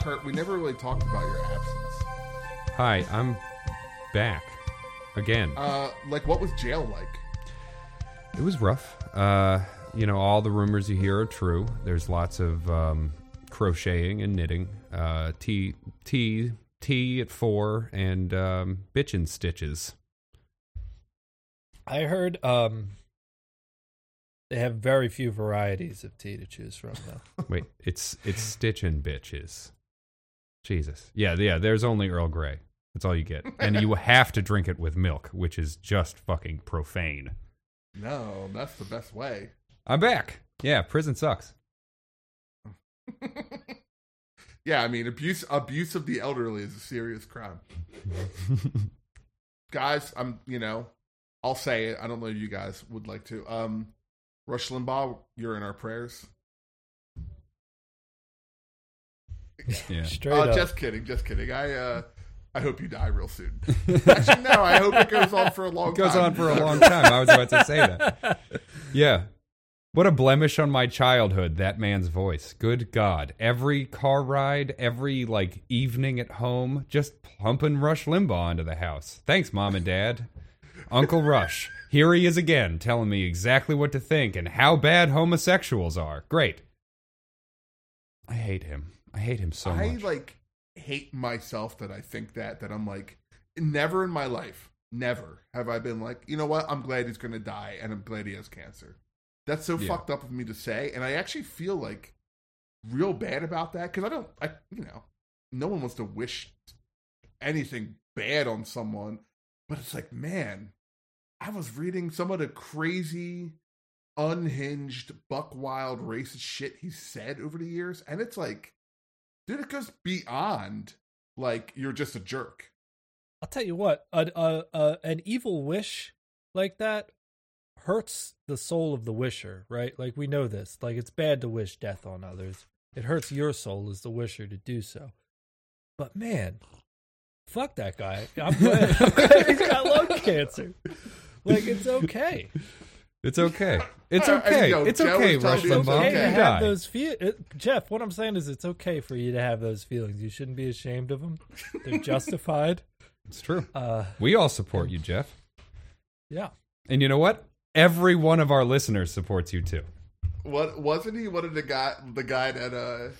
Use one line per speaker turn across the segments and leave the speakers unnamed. Kurt, we never really talked about your absence.
Hi, I'm back again.
Uh, like, what was jail like?
It was rough. Uh, you know, all the rumors you hear are true. There's lots of um, crocheting and knitting. Uh, tea, tea, tea at four, and um, bitchin' stitches.
I heard um, they have very few varieties of tea to choose from, though.
Wait, it's it's stitching bitches. Jesus. Yeah, yeah. There's only Earl Grey. That's all you get, and you have to drink it with milk, which is just fucking profane.
No, that's the best way.
I'm back. Yeah, prison sucks.
yeah, I mean abuse abuse of the elderly is a serious crime. guys, I'm you know, I'll say it. I don't know if you guys would like to. Um Rush Limbaugh, you're in our prayers.
Yeah.
Straight
Uh,
up.
just kidding, just kidding. I uh I hope you die real soon. Actually, no, I hope it goes on for a long
It goes
time.
on for a long time. I was about to say that. Yeah. What a blemish on my childhood, that man's voice. Good God. Every car ride, every like evening at home, just pumping Rush Limbaugh into the house. Thanks, Mom and Dad. Uncle Rush. Here he is again, telling me exactly what to think and how bad homosexuals are. Great. I hate him. I hate him so
I
much.
like hate myself that I think that that I'm like never in my life, never have I been like, you know what? I'm glad he's going to die and I'm glad he has cancer. That's so
Yeah.
fucked up of me to say and I actually feel like real bad about that cuz I don't I you know, no one wants to wish anything bad on someone, but it's like, man, I was reading some of the crazy unhinged buck wild racist shit he said over the years and it's like dude, it goes beyond like you're just a jerk.
I'll tell you what, an, uh, uh, an evil wish like that hurts the soul of the wisher, right? Like we know this. Like it's bad to wish death on others. It hurts your soul as the wisher to do so. But man, fuck that guy. I'm glad, I'm glad he's got lung cancer. Like it's okay.
It's okay. It's
I- I-
okay.
yo,
it's
Joe
okay,
was telling
Rush
me it's
Limbaugh.
okay
okay.
to
You die.
have those feelings. Jeff, what I'm saying is it's okay for you to have those feelings. You shouldn't be ashamed of them. They're justified.
It's true.
Uh,
We all support you, Jeff.
yeah.
And you know what? Every one of our listeners supports you too.
What wasn't he one of the guy the guy that uh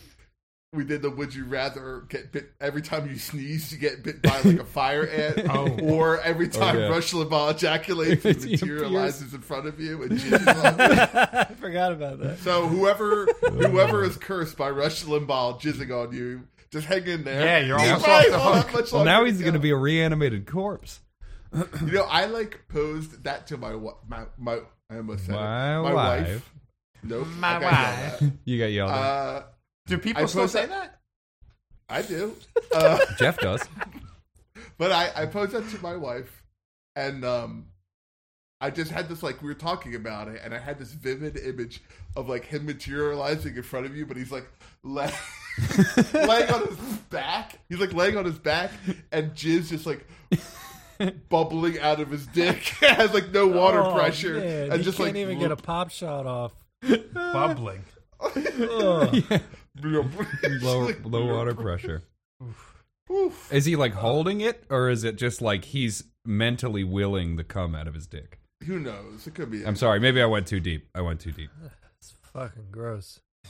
we did the would you rather get bit every time you sneeze you get bit by like a fire ant or every time
Oh. yeah.
Rush Limbaugh ejaculates it
It appears-
materializes in front of you and jizzes on you.
I forgot about that.
So whoever whoever is cursed by Rush Limbaugh jizzing on you, just hang in there.
Yeah, you're
You
almost
probably
off the
won't
hook.
have much
Well, now
longer
he's going to be a reanimated corpse.
You know, I like posed that to my wa- my my I almost said it.
My
my wife.
wife.
Nope.
My
I got yelled
You got yelled
at.
at.
Uh,
Do
I
people still
post
say
that-
that?
I do. Uh,
Jeff does.
but I, I posed that to my wife, and um, I just had this like we were talking about it, and I had this vivid image of like him materializing in front of you, but he's like laying, laying on his back. He's like laying on his back, and jizz just like bubbling out of his dick has like no water
Oh,
pressure,
man,
and
you
just
can't
like
even get a pop shot off.
Bubbling.
Ugh.
Low,
low
low water pressure. Is he like holding it, or is it just like he's mentally willing the cum out of his dick?
Who knows? It could be.
I'm sorry. Maybe I went too deep. I went too deep.
It's fucking gross.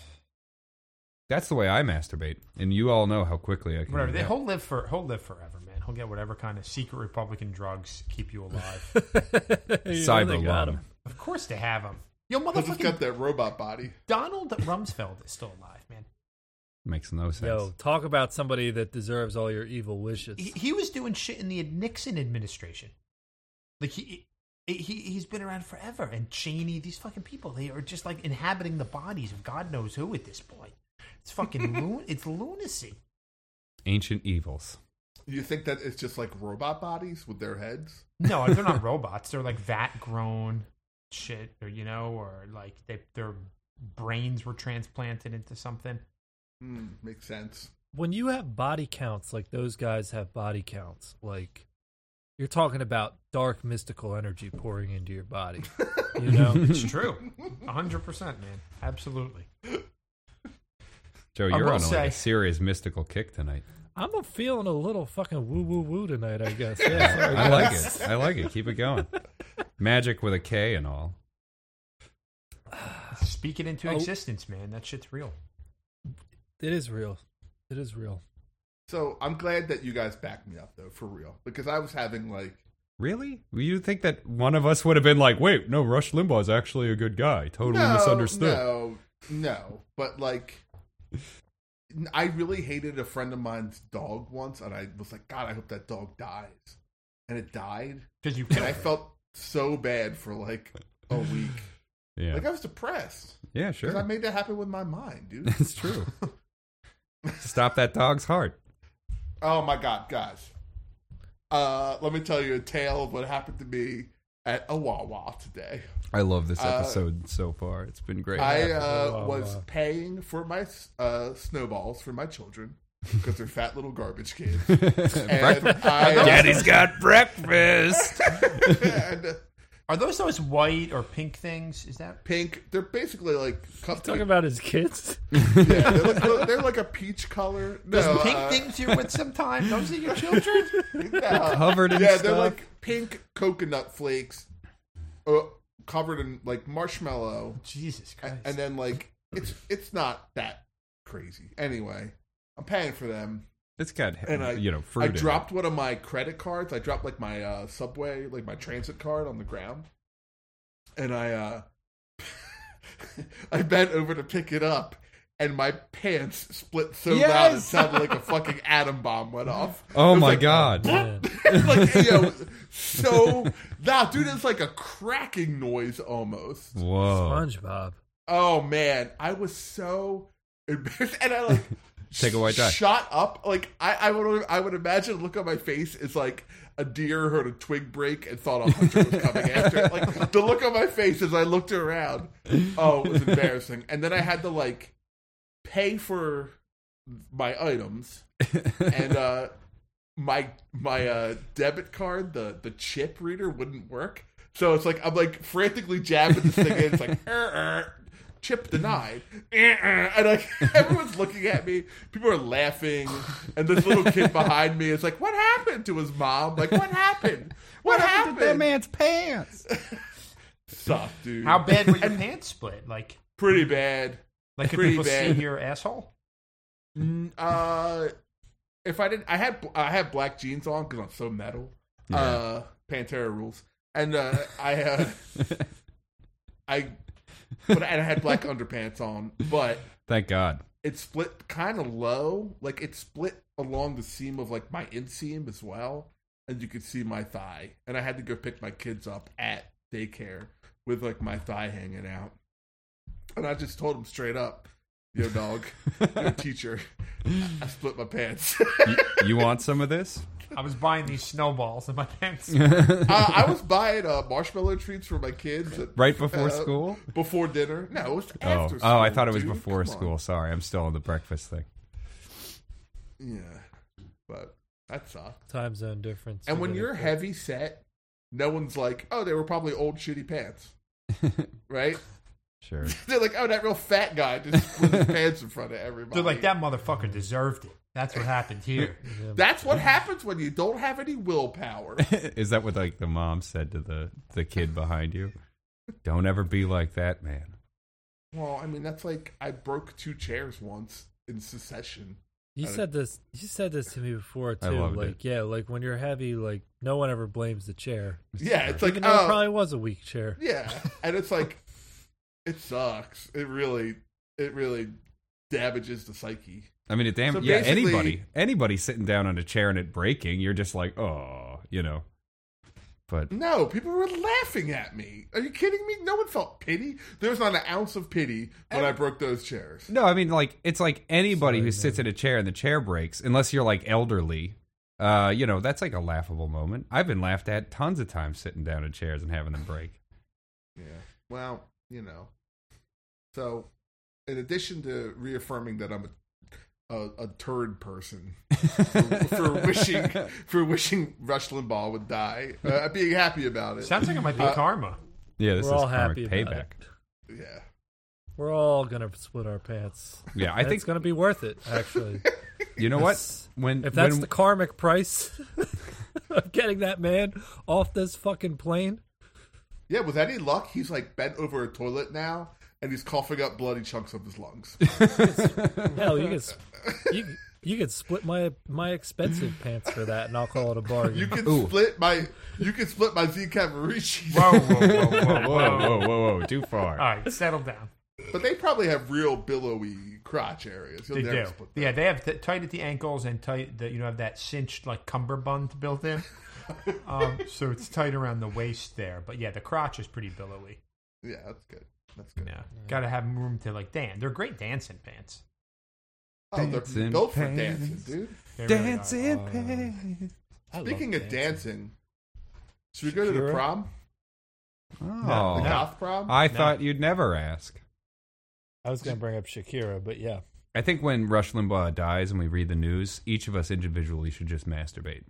That's the way I masturbate, and you all know how quickly I can.
Whatever.
do
They,
that.
he'll live for. He'll live forever, man. He'll get whatever kind of secret Republican drugs keep you alive.
cyber lung.
of course, they have him. Yo,
He'll just got
motherfucking
that robot body.
Donald Rumsfeld is still alive, man.
Makes no sense.
Yo, talk about somebody that deserves all your evil wishes.
He, he was doing shit in the Nixon administration. Like he. He, he's been around forever, and Cheney, these fucking people, they are just like inhabiting the bodies of God knows who at this point. It's fucking lun- it's lunacy.
Ancient evils.
You think that it's just like robot bodies with their heads?
No, they're not robots. They're like vat grown shit, or you know, or like they, their brains were transplanted into something.
Hmm, makes sense.
When you have body counts like those guys have body counts, like you're talking about dark mystical energy pouring into your body. You know?
It's true, hundred percent, man. Absolutely.
Joe,
I
you're
will
on like,
say-
a serious mystical kick tonight.
I'm a feeling a little fucking woo woo woo tonight, I guess. Yeah, sorry,
I like
guys.
it. I like it. Keep it going. Magic with a K and all.
Speak it into
Oh.
existence, man. That shit's real.
It is real. It is real.
So I'm glad that you guys backed me up though, for real, because I was having like
Really? You think that one of us would have been like, "Wait, no, Rush Limbaugh is actually a good guy. Totally
no,
misunderstood."
No, no, but like, n- I really hated a friend of mine's dog once, and I was like, God, I hope that dog dies, and it died,
Because you
and I felt so bad for like a week.
Yeah.
Like I was depressed
yeah,
because
sure.
I made that happen with my mind, dude.
That's true. Stop that dog's heart.
Oh my god, guys. Uh let me tell you a tale of what happened to me at a Wawa today.
I love this
Uh,
episode so far. It's been great.
I
happened at
uh,
a
was
Wawa?
paying for my uh, snowballs for my children because they're fat little garbage kids. And
Breakfast.
I,
Daddy's got breakfast.
and
Are those those white or pink things? Is that
pink. They're basically like
Talking
cupcake.
about his kids.
yeah, they're, like, they're like a peach color. No,
those pink
uh,
things you're with sometimes? Those are your children?
no.
Covered in
yeah,
stuff.
they're like pink coconut flakes, uh, covered in like marshmallow.
Jesus
A-
Christ.
and then like it's it's not that crazy. Anyway, I'm paying for them.
it's got
And I-
you know fruit.
I
in it.
dropped one of my credit cards. I dropped like my uh, subway, like my transit card on the ground, and I uh I bent over to pick it up. And my pants split so loud it
Yes!
sounded like a fucking atom bomb went off. It
Oh
was
my
like,
god.
Yeah.
like yo, so nah, dude, it's like a cracking noise almost.
Whoa.
SpongeBob.
Oh man, I was so embarrassed, and I like
Take a white dye.
Shot up, like I, I would, I would imagine the look on my face is like a deer heard a twig break and thought a hunter was coming after. it. Like the look on my face as I looked around. Oh, it was embarrassing. And then I had to like pay for my items and uh my my uh debit card the the chip reader wouldn't work so it's like i'm like frantically jabbing this thing in it's like "Er, er, chip denied Er, er." and like everyone's looking at me people are laughing and this little kid behind me is like what happened to his mom like what happened what, happened,
to that man's pants.
sucked dude
How bad were your pants split? Like,
pretty bad
like could
Pretty
people
bad.
see your asshole?
Mm, uh, if I didn't, I had I had black jeans on because I'm so metal. Uh, Pantera rules, and uh, I uh, I but and I had black underpants on, but
Thank God.
it split kind of low, like it split along the seam of like my inseam as well, and you could see my thigh. And I had to go pick my kids up at daycare with like my thigh hanging out, and I just told him straight up, "Yo, dog, yo, teacher." I split my pants.
You, you want some of this?
I was buying these snowballs in my pants.
uh, I was buying uh, marshmallow treats for my kids at-
Right before
Uh,
school?
before dinner. No, it was
Oh,
after. school,
oh, I thought it was
dude.
before
Come on.
school. Sorry, I'm still on the breakfast thing.
Yeah, but that sucked.
Time zone difference.
And when
Really
you're
cool.
heavy set, no one's like, "Oh, they were probably old shitty pants," right?
Sure.
They're like, "Oh, that real fat guy just split his pants in front of everybody."
They're like, that motherfucker deserved it. That's what happened here.
That's what happens when you don't have any willpower.
Is that what like the mom said to the the kid behind you? Don't ever be like that, man.
well, I mean, that's like I broke two chairs once in succession.
You
I-
said this. You said this to me before too.
I loved
like
it.
yeah, like when you're heavy, like no one ever blames the chair.
Yeah, it's like,
Even though it
oh,
probably was a weak chair.
Yeah, and it's like it sucks. It really, it really damages the psyche.
I mean, it damn
So
yeah.
basically-
Anybody, anybody sitting down on a chair and it breaking, you're just like, oh, you know. But
No, people were laughing at me. Are you kidding me? No one felt pity. There was not an ounce of pity when I broke those chairs.
No, I mean like it's like anybody
Sorry,
who
man.
sits in a chair and the chair breaks, unless you're like elderly. Uh, you know, that's like a laughable moment. I've been laughed at tons of times sitting down in chairs and having them break.
Yeah. Well, you know. So, in addition to reaffirming that I'm a a, a turd person for, for wishing for wishing Rush Limbaugh would die, uh, being happy about it.
Sounds like it might be
Uh,
karma.
Yeah, this
We're
is
all
karmic
happy about
payback.
it.
Yeah.
We're all gonna split our pants.
Yeah, I
I think
think
it's gonna be worth it. Actually,
you know what
That's-
when
if that's
when,
the karmic price of getting that man off this fucking plane,
Yeah, with any luck, he's like bent over a toilet now, and he's coughing up bloody chunks of his lungs.
hell, you can s- you you could split my my expensive pants for that, and I'll call it a bargain.
You can
Ooh.
split my, you can split my Z Cavaricci.
Whoa, whoa, whoa, whoa, whoa.
whoa whoa whoa whoa too far.
All right, settle down.
But they probably have real billowy crotch areas. You'll
They
never
do.
split that.
Yeah, they have t- tight at the ankles and tight. The, you know, have that cinched like cummerbund built in. um, so it's tight around the waist there. But yeah, the crotch is pretty billowy.
Yeah, that's good. That's good.
Yeah, got to have room to like dance. They're great dancing pants.
Oh, they're
Dancing
built for
pants.
dancing, dude.
They really are. Uh,
Dancing pain.
I love
Speaking of
dancing.
dancing, should we go to the
Shakira?
prom?
Oh,
The
No.
goth prom?
I
No.
thought you'd never ask.
I was gonna bring up Shakira, but yeah,
I think when Rush Limbaugh dies and we read the news, each of us individually should just masturbate.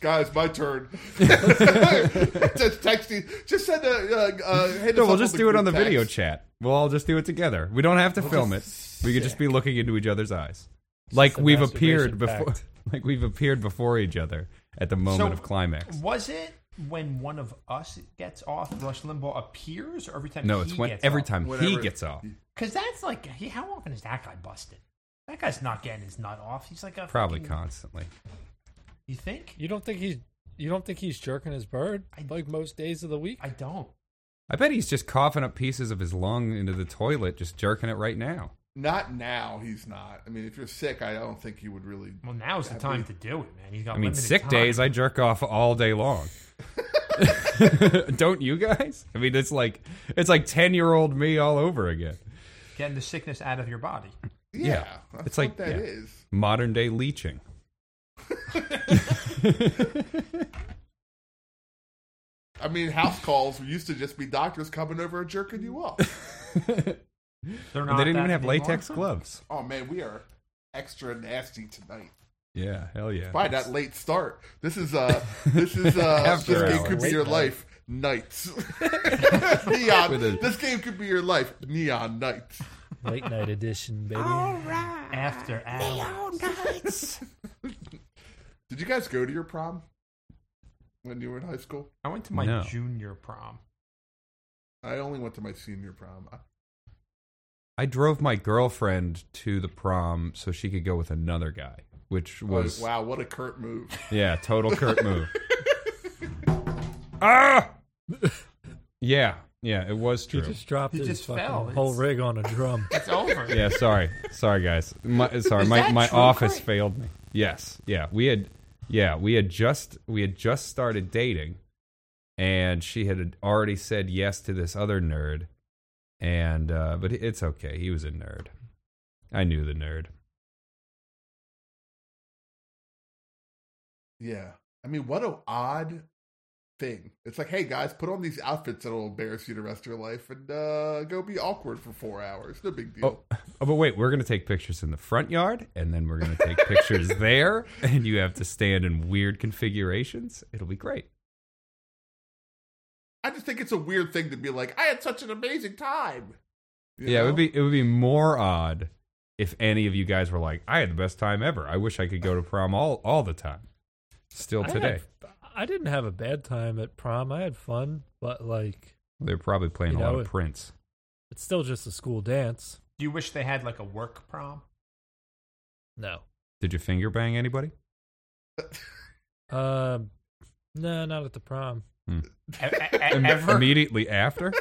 Guys, my turn. just text you. Just send a. Uh, uh, hit us
No,
up
we'll
on
just
the
do it
group
on the
text.
video chat. We'll all just do it together. We don't have to film it. We could just be looking into each other's eyes, like
a
we've appeared
masturbation
before.
pact.
Like we've appeared before each other at the moment
So-
of climax.
Was it when one of us gets off, Rush Limbaugh appears, or every time?
No,
he
it's when
gets
every
off?
time he
Whenever-
gets off,
Because that's like, he, how often is that guy busted? That guy's not getting his nut off. He's like a
probably
fucking-
constantly.
You think?
you don't think he's you don't think he's jerking his bird
I-
like most days of the week?
I don't.
I bet he's just coughing up pieces of his lung into the toilet, just jerking it right now.
Not now. He's not. I mean, if you're sick, I don't think you would really.
Well, now's the
That'd
time
be-
to do it, man. He's got.
I mean,
limited
sick
time.
days, I jerk off all day long. Don't you guys? I mean, it's like it's like ten year old me all over again.
getting the sickness out of your body.
Yeah,
Yeah.
that's
It's
what
like-
that
yeah.
is.
Modern day leeching.
I mean, house calls used to just be doctors coming over and jerking you off.
But
They're not.
they didn't
that
even have
big
latex
long.
gloves.
oh man, we are extra nasty tonight.
Yeah, hell yeah.
By that late start. This is uh this is uh
After
this game
hours.
could be your
Late night.
life nights. Neon.
With a-
This game could be your life. Neon nights.
Late night edition, baby.
After hours.
Did you guys go to your prom when you were in high school?
I went to my
No.
junior prom.
I only went to my senior prom. I-
I drove my girlfriend to the prom so she could go with another guy, which was
Oh, wow, what a curt move.
yeah, total Kurt move. ah, yeah, yeah, it was
He
true.
just dropped
He
his
just
fucking
fell.
whole
It's-
rig on a drum.
It's over.
yeah, sorry. Sorry guys. My sorry,
Is
my,
that
my
true,
office
Craig?
failed me. Yes. Yeah. We had yeah, we had just we had just started dating and she had already said yes to this other nerd. And uh but it's okay. He was a nerd. I knew the nerd.
Yeah. I mean, what a odd thing. It's like, hey guys, put on these outfits that'll embarrass you the rest of your life and uh go be awkward for four hours. No big deal.
Oh, oh, but wait, we're gonna take pictures in the front yard, and then we're gonna take pictures there, and you have to stand in weird configurations. It'll be great.
I just think it's a weird thing to be like, I had such an amazing time. You
yeah, it
know?
would be it would be more odd if any of you guys were like, "I had the best time ever. I wish I could go to prom all all the time." Still
I
today,
had- I didn't have a bad time at prom. I had fun, but like
they're probably playing
You
a lot
know,
of
it-
Prince.
it's still just a school dance.
Do you wish they had like a work prom?
No.
Did you finger bang anybody?
Um no, not at the prom.
E- e- e-
Im-
ever?
Immediately after?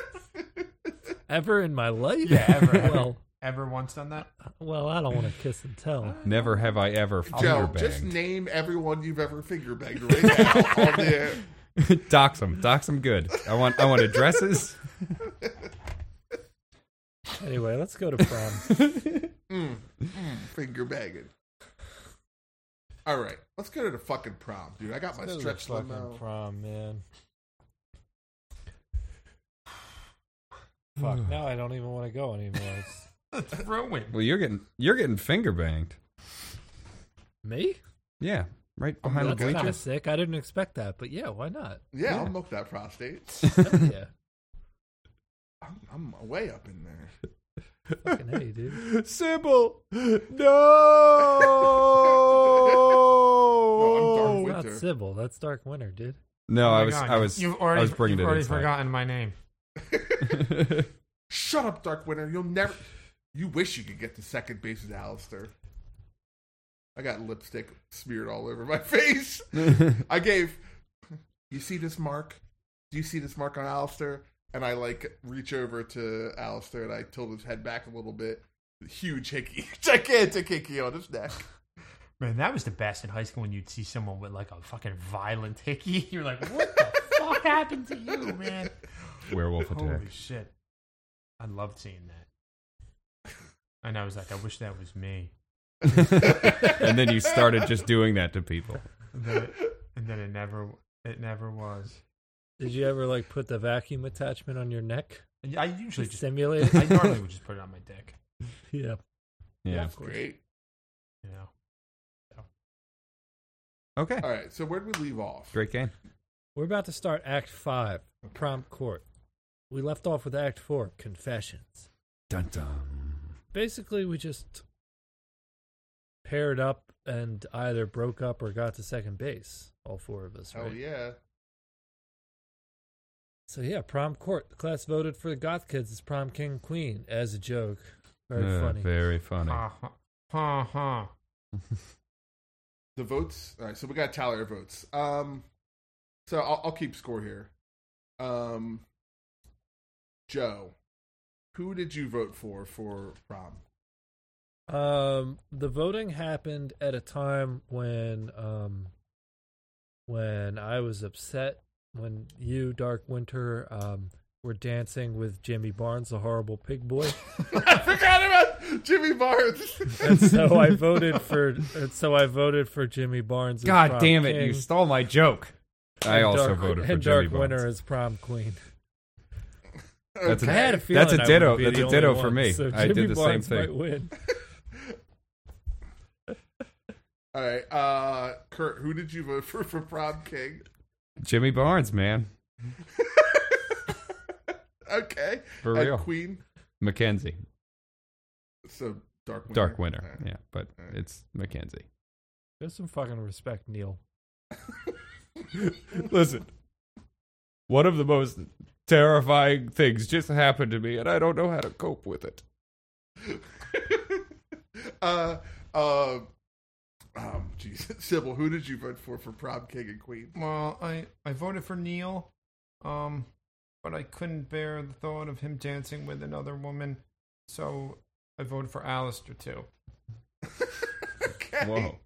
Ever in my life?
Yeah, ever, ever.
well,
Ever once done that?
well, I don't want to kiss and tell.
Never have I ever finger
Joe, just
banged.
name everyone you've ever finger banged right now on the air.
dox them, dox them good. I want I want addresses.
Anyway, let's go to prom.
Mm, mm, finger banging. All right, let's go to the fucking prom, dude. I got
Let's
my
go to the
stretch
fucking
limo.
prom, man. Fuck, now I don't even want to go anymore. It's-
It's ruined.
Well, you're getting you're getting finger banged.
Me?
Yeah, right
I'm
behind the
not gonna-
That's kind of
bleachers.
sick. I didn't expect that, but yeah, why not?
Yeah,
Yeah.
I'll milk that prostate.
yeah.
I'm, I'm way up in there.
Fucking hey, dude.
Sybil, no.
No, I'm Darth
Not
Winter.
Sybil. That's Dark Winter, dude.
No,
Oh my
I was,
God,
I was,
You've already,
I was bringing
you've
it
already
inside.
forgotten my name.
Shut up, Dark Winter. You'll never. You wish you could get to second base with Alistair. I got lipstick smeared all over my face. I gave. You see this mark? Do you see this mark on Alistair? And I like reach over to Alistair and I tilt his head back a little bit. Huge hickey, gigantic hickey on his neck.
Man, that was the best in high school when you'd see someone with like a fucking violent hickey. You're like, what the fuck happened to you, man?
Werewolf attack.
Holy shit. I loved seeing that. And I was like, I wish that was me.
and then you started just doing that to people.
And then it, and then it never it never was.
Did you ever like put the vacuum attachment on your neck?
And I usually just
Simulate it?
I normally would just put it on my dick.
Yeah.
Yeah.
course.
Great.
You know.
Okay.
All right. So where would we leave off?
Great game.
We're about to start Act 5, Prompt Court. We left off with Act 4, Confessions.
Dun dun.
Basically, we just paired up and either broke up or got to second base, all four of us,
Hell
right?
yeah.
So yeah, prom court. The class voted for the goth kids as prom king and queen as a joke. Very
Yeah,
funny.
Uh, Very funny.
Ha ha ha ha.
The votes. All right, so we got to tally our votes. Um, so I'll, I'll keep score here. Um, Joe, who did you vote for for prom?
Um, the voting happened at a time when um, when I was upset when you, Dark Winter, um, were dancing with Jimmy Barnes, the horrible pig boy.
I forgot about Jimmy Barnes.
And so I voted for. and so I voted for Jimmy Barnes. as
God
prom
damn it! You
king
stole my joke. I
and
also
Dark-
voted for
and
Jimmy
Dark
Barnes.
Winter as prom queen.
That's a-
I had a feeling
That's a
I would
ditto.
be
That's
the
a
only
ditto
one,
for me.
So
I did
Jimmy
the same
Barnes
thing.
might win.
all right, uh, Kurt, who did you vote for for prom king?
Jimmy Barnes, man,
Okay,
for
and
real.
Queen.
Mackenzie,
So Dark Winter.
Dark Winter.
All right.
Yeah, but
Alright.
it's Mackenzie.
There's some fucking respect, Neil.
Listen, one of the most terrifying things just happened to me, and I don't know how to cope with it.
uh, uh, um, Jesus, Sybil, who did you vote for for prom king and queen?
Well, I, I voted for Neil, um, but I couldn't bear the thought of him dancing with another woman, so I voted for Alistair too.
okay.
Whoa.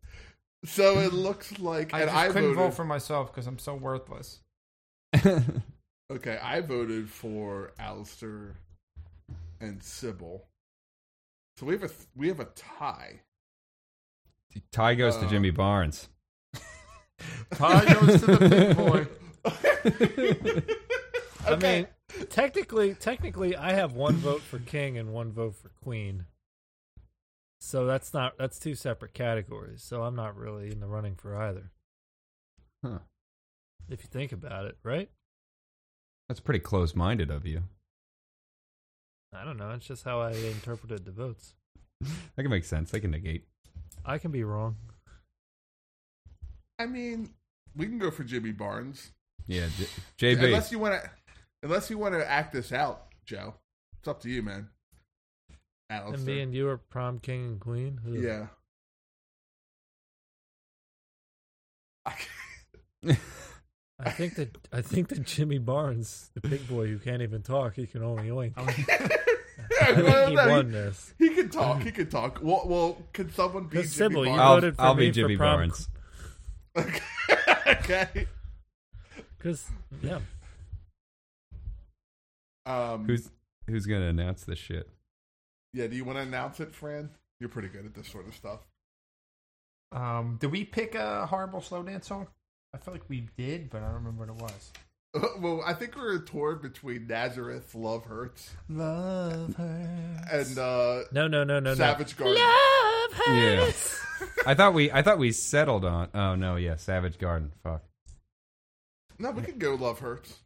So it looks like,
I
and
just
I
couldn't
voted.
vote for myself because I'm so worthless.
okay, I voted for Alistair and Sybil. So we have a th- we have a tie.
Tie goes to
Uh,
Jimmy Barnes.
Tie goes to the big boy.
I mean, technically, technically, I have one vote for king and one vote for queen. So that's not that's two separate categories. So I'm not really in the running for either.
Huh.
If you think about it, right?
That's pretty close-minded of you.
I don't know. It's just how I interpreted the votes.
That can make sense. They can negate.
I can be wrong.
I mean, we can go for Jimmy Barnes
Yeah, J- JB.
unless you want to. Unless you want to act this out, Joe. It's up to you, man.
and me
Alistair.
and you are prom king and queen. Ugh.
yeah.
I think that I think that Jimmy Barnes, the big boy who can't even talk, he can only oink. I think he won this.
He can talk. He can talk. Well, well can someone be Jimmy
Because Sybil, you
Barnes?
voted for
I'll
me
be Jimmy
for prom.
Barnes.
okay.
Because yeah,
Um,
Who's who's gonna announce this shit?
yeah? Do you want to announce it, Fran? You're pretty good at this sort of stuff.
Um, did we pick a horrible slow dance song? I feel like we did, but I don't remember what it was.
Well, I think we're a tour between Nazareth, Love Hurts,
Love her.
and uh,
no, no, no, no, no.
Savage Garden.
Yeah. I thought we I thought we settled on. Oh no, yeah, Savage Garden. Fuck.
No, we can go Love Hurts.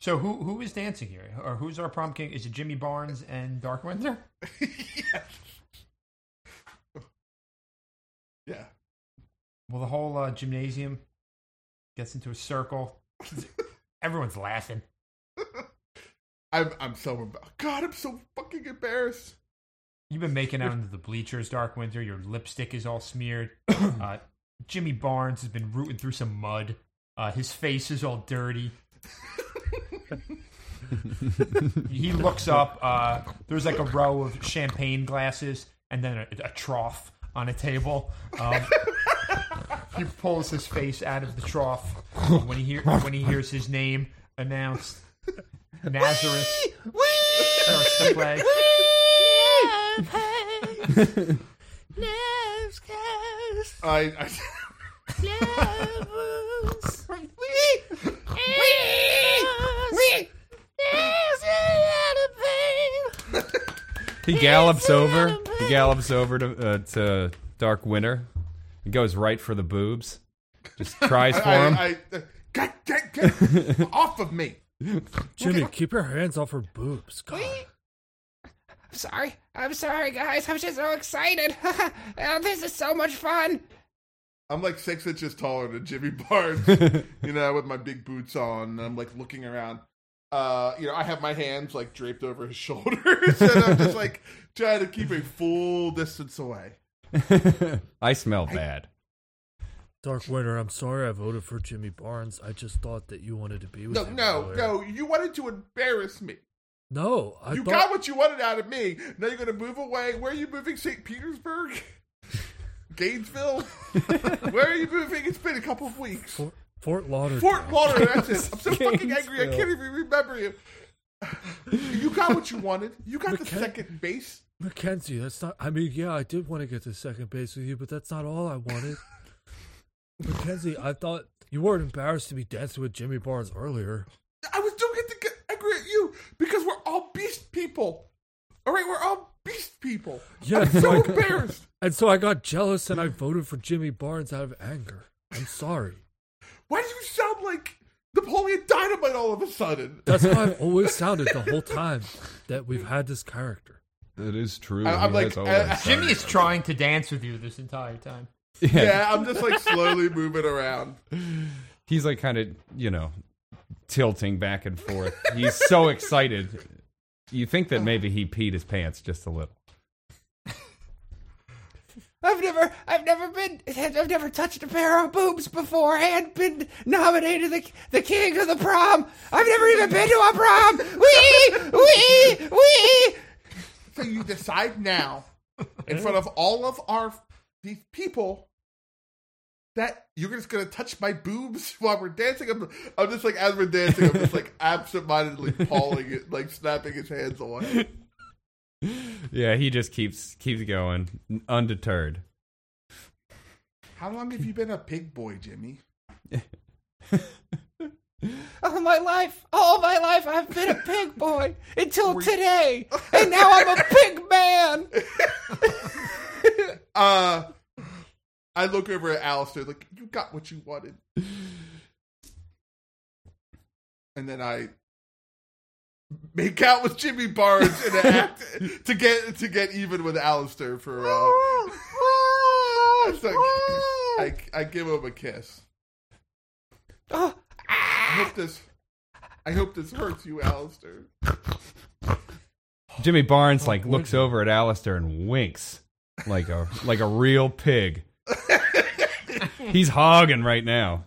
So who who is dancing here, or who's our prom king? Is it Jimmy Barnes and Dark Windsor?
Yeah.
Well, the whole uh, gymnasium gets into a circle. Everyone's laughing.
I'm I'm so embar- God, I'm so fucking embarrassed.
You've been making out under the bleachers, Dark Winter. Your lipstick is all smeared. uh, Jimmy Barnes has been rooting through some mud. Uh, his face is all dirty. he looks up. Uh, there's like a row of champagne glasses and then a, a trough on a table. Um, he pulls his face out of the trough when he hear, when he hears his name announced. Nazareth starts to play.
I, I
He gallops over. He gallops over to uh, to Dark Winter. He goes right for the boobs. Just tries for him.
I, I, get, get, get off of me.
Jimmy, keep your hands off her boobs. God.
I'm sorry. I'm sorry, guys. I'm just so excited. oh, this is so much fun.
I'm like six inches taller than Jimmy Barnes, you know, with my big boots on, and I'm like looking around. Uh, you know, I have my hands like draped over his shoulders, and I'm just like trying to keep a full distance away.
I smell bad.
Dark Winter, I'm sorry I voted for Jimmy Barnes. I just thought that you wanted to be with
No,
him
no,
earlier.
no! You wanted to embarrass me.
No, I
you
thought
got what you wanted out of me. Now you're going to move away. Where are you moving? St. Petersburg? Gainesville? Where are you moving? It's been a couple of weeks.
Fort, Fort Lauderdale.
Fort Lauderdale, that's it. I'm so fucking angry. I can't even remember you. You got what you wanted. You got the
McKen-
second base.
Mackenzie, that's not. I mean, yeah, I did want to get to second base with you, but that's not all I wanted. Mackenzie, I thought you weren't embarrassed to be dancing with Jimmy Barnes earlier.
I was doing it to get angry at you because we're all beast people. All right, we're all beast people.
Yeah,
I'm so
like-
embarrassed.
And so I got jealous and I voted for Jimmy Barnes out of anger. I'm sorry.
Why do you sound like Napoleon Dynamite all of a sudden?
That's how I've always sounded the whole time that we've had this character.
That is true.
I- I'm
He
like,
has always
uh,
sucked.
Jimmy is trying to dance with you this entire time.
Yeah, I'm just like slowly moving around.
he's like kind of you know tilting back and forth. He's so excited. You think that maybe he peed his pants just a little.
I've never, I've never been, I've never touched a pair of boobs before and been nominated the, the king of the prom. I've never even been to a prom. Wee, wee, wee.
So you decide now, in front of all of our these people, that you're just gonna touch my boobs while we're dancing. I'm, I'm just like as we're dancing, I'm just like absentmindedly pawing it, like snapping his hands away.
Yeah, he just keeps keeps going, undeterred.
How long have you been a pig boy, Jimmy?
All my life, all my life, I've been a pig boy until today, and now I'm a pig man.
Uh, I look over at Alistair, like you got what you wanted, and then I make out with Jimmy Barnes in an act to get to get even with Alistair for. Uh, it's like, I I give him a kiss.
Oh,
I hope this. I hope this hurts you, Alistair.
Jimmy
Oh,
Barnes like looks over at Alistair and winks like a like a real pig. He's hogging right now.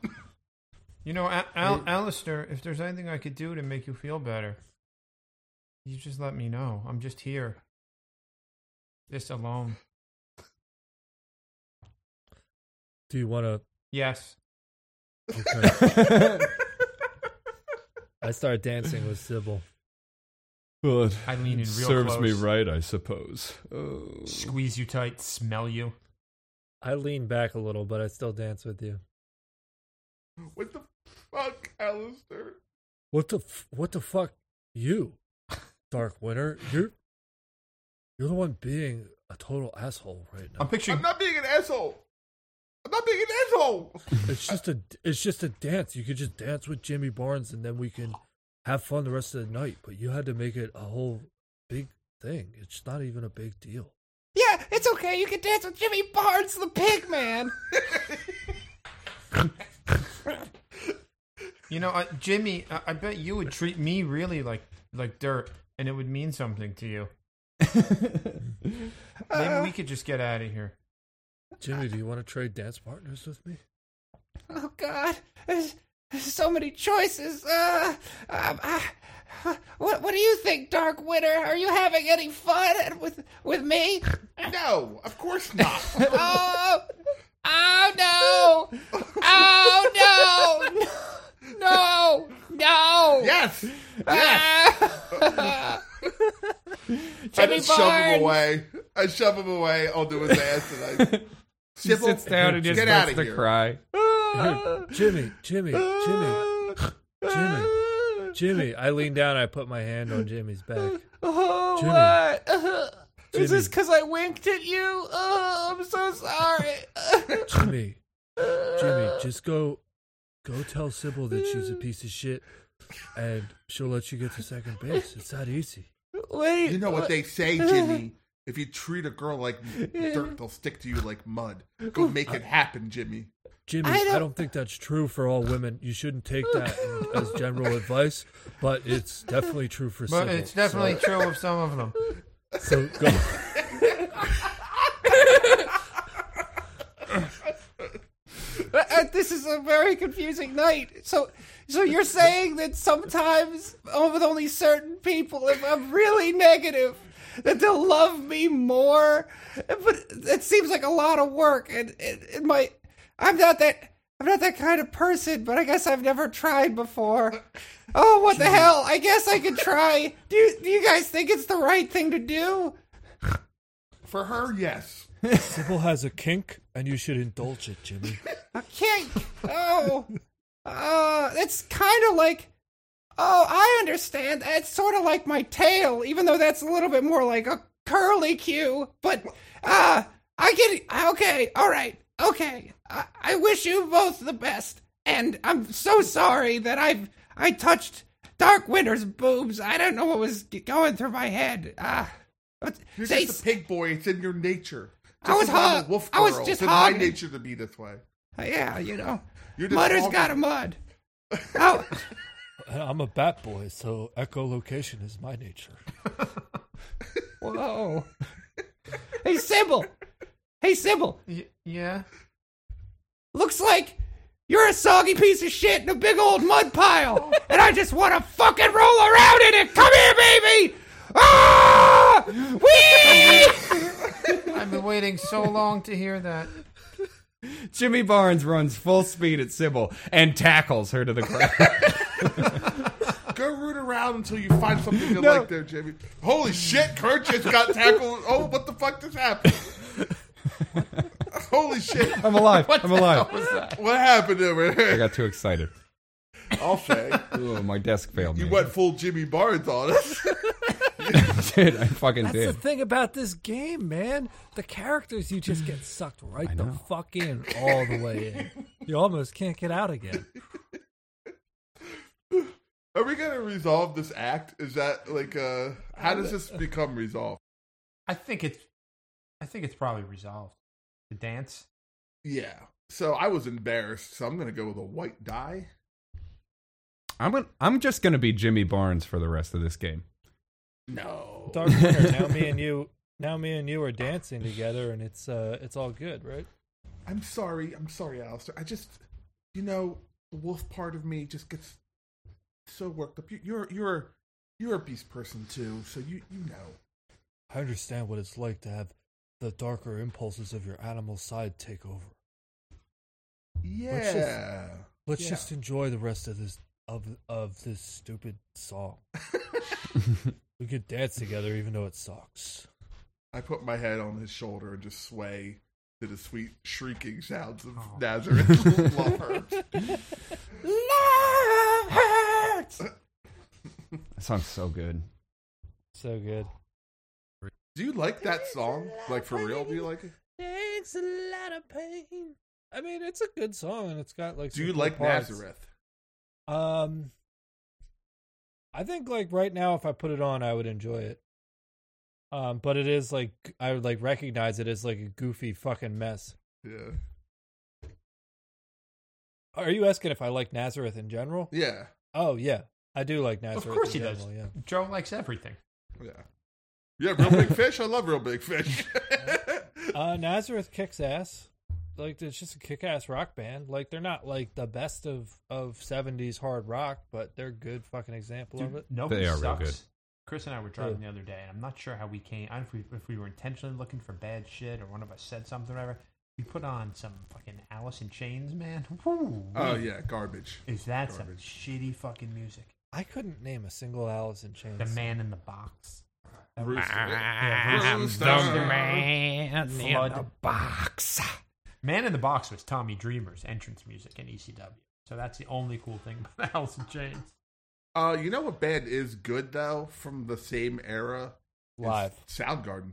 You know, Al- Al- Alistair, if there's anything I could do to make you feel better, you just let me know. I'm just here. Just alone.
Do you want to?
Yes.
Okay. I started dancing with Sybil.
Well, it
I lean in real close.
right, I suppose. Oh.
Squeeze you tight, smell you.
I lean back a little, but I still dance with you.
What the fuck, Alistair?
What the f- what the fuck, you, Dark Winter? You're you're the one being a total asshole right now.
I'm picturing
I'm not being an asshole. I'm not being an asshole.
It's just a it's just a dance. You could just dance with Jimmy Barnes, and then we can have fun the rest of the night, but you had to make it a whole big thing. It's not even a big deal.
Yeah, it's okay. You can dance with Jimmy Barnes, the pig man.
You know, uh, Jimmy, I, I bet you would treat me really like like dirt, and it would mean something to you. Maybe we could just get out of here.
Jimmy, do you want to trade dance partners with me?
Oh God, there's, there's so many choices. Uh, um, uh, what what do you think, Dark Winter? Are you having any fun with with me?
No, of course not.
Oh, oh no, oh no, no, no.
yes, yes.
Ah.
I
Jimmy
just shove him
Barnes.
away. I shove him away onto his ass, and I
She sits down and just
Get
starts
outta
to
here.
cry.
Hey, Jimmy, Jimmy, Jimmy, Jimmy, Jimmy. I lean down. I put my hand on Jimmie's back.
Oh,
Jimmy.
what? Uh, Is
Jimmy.
this because I winked at you? Oh, I'm so sorry.
Jimmy, Jimmy, just go, go tell Sybil that she's a piece of shit, and she'll let you get to second base. It's that easy.
Wait.
You know what they say, Jimmy. If you treat a girl like dirt, they'll stick to you like mud. Go make it happen, Jimmy.
Jimmy, I
I
don't,
don't-
think that's true for all women. You shouldn't take that as general advice, but it's definitely true for
But
Sybil.
it's definitely true of some of them.
So, so go.
Uh, uh, this is a very confusing night. So, so you're saying that sometimes, oh, with only certain people, if I'm really negative, that they'll love me more. But it seems like a lot of work, and it, it might. I'm not that. I'm not that kind of person, but I guess I've never tried before. Oh, what the hell? I guess I could try. Do you, do you guys think it's the right thing to do?
For her, yes.
Sybil has a kink, and you should indulge it, Jimmy.
Can't. Oh, uh, it's kind of like. Oh, I understand. It's sort of like my tail, even though that's a little bit more like a curly cue. But uh, I get it. Okay, all right, okay. I, I wish you both the best, and I'm so sorry that I've I touched Dark Winter's boobs. I don't know what was going through my head. Ah, uh,
You're
say-
just a pig boy. It's in your nature.
I was
as I'm a
hog-
Wolf
I was
girl,
just
It's in my
hogging.
nature to be this way.
yeah, you know,
You're just
mudder's
hogging.
got a mud. Oh.
And I'm a bat boy, so echolocation is my nature.
Whoa. hey, Sybil. Hey, Sybil.
Y- yeah.
Looks like you're a soggy piece of shit in a big old mud pile, and I just want to fucking roll around in it. Come here, baby. Ah! Whee!
I've been waiting so long to hear that.
Jimmy Barnes runs full speed at Sybil and tackles her to the ground.
Go root around until you find something you
No.
like there, Jimmy. Holy shit, Kurt just got tackled. Oh, what the fuck just happened? Holy shit.
I'm alive. I'm alive.
What happened over
I
there?
got too excited.
I'll say.
Ooh, my desk failed
You
me.
went full Jimmy Barnes on us.
Shit, I fucking
That's the
did.
thing about this game, man. The characters you just get sucked right the fuck in all the way in. You almost can't get out again.
Are we gonna resolve this act? Is that like uh how does this become resolved?
I think it's, I think it's probably resolved. The dance.
Yeah. So I was embarrassed, so I'm gonna go with a white die.
I'm gonna, I'm just gonna be Jimmy Barnes for the rest of this game.
No.
Dark Winter, now me and you now me and you are dancing together and it's uh it's all good, right?
I'm sorry, I'm sorry, Alistair. I just you know, the wolf part of me just gets so worked up. You, you're you're you're a beast person too, so you you know.
I understand what it's like to have the darker impulses of your animal side take over.
Yeah.
just- Let's
Yeah.
just enjoy the rest of this of of this stupid song. we could dance together even though it sucks.
I put my head on his shoulder and just sway to the sweet shrieking sounds of
Oh.
Nazareth love herbs.
Love hurts.
That sounds so good.
So good.
Do you like that song? Like for real? Do you like it?
Takes a lot of pain. I mean, it's a good song and it's got like.
Do you
some cool
like
parts.
Nazareth?
Um, I think like right now, if I put it on, I would enjoy it. Um, but it is like I would like recognize it as like a goofy fucking mess.
Yeah.
Are you asking if I like Nazareth in general?
Yeah.
Oh yeah, I do like Nazareth.
course
in
he does.
general, Yeah.
Joe likes everything.
Yeah. Yeah, real big fish. I love real big fish.
uh, Nazareth kicks ass. Like it's just a kick-ass rock band. Like they're not like the best of of seventies hard rock, but they're a good fucking example of
Dude,
it.
No,
They
it
are real
sucks.
good.
Chris and I were driving the other day, and I'm not sure how we came. I don't know if we, if we were intentionally looking for bad shit, or one of us said something, or whatever. We put on some fucking Alice in Chains, man. Woo,
oh yeah, garbage.
is that some
Garbage.
shitty fucking music?
I couldn't name a single Alice in Chains.
The Man in the Box.
Rooster.
man
Flood.
box.
Man in the Box was Tommy Dreamer's entrance music in ECW. So that's the only cool thing about Alice in Chains.
Uh, you know what band is good though from the same era? Is
Live.
Soundgarden.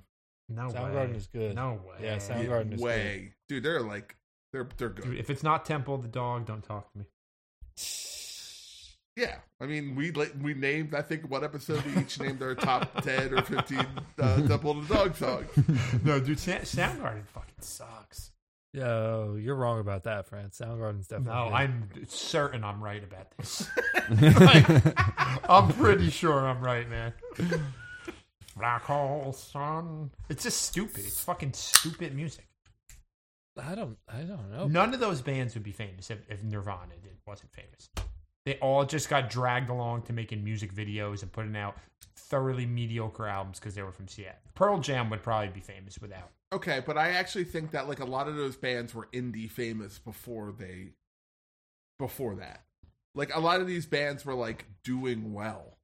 No
Soundgarden
way.
is good.
No way.
Yeah, Sound-
Yeah,
Soundgarden is
way, dude. They're like they're they're good.
Dude, if it's not Temple of the Dog, don't talk to me.
Yeah, I mean we la- we named I think one episode we each named our top ten or fifteen uh, Temple of the Dog songs.
no, dude, Sa- Soundgarden fucking sucks.
Yo, you're wrong about that, friend. Soundgarden's definitely.
No,
good.
Oh, I'm certain I'm right about this. Like, I'm pretty sure I'm right, man. Rock hole son. It's just stupid. It's fucking stupid music.
I don't. I don't know.
None of those bands would be famous if, if Nirvana did, wasn't famous. They all just got dragged along to making music videos and putting out thoroughly mediocre albums because they were from Seattle. Pearl Jam would probably be famous without.
Okay, but I actually think that like a lot of those bands were indie famous before they before that. Like a lot of these bands were like doing well.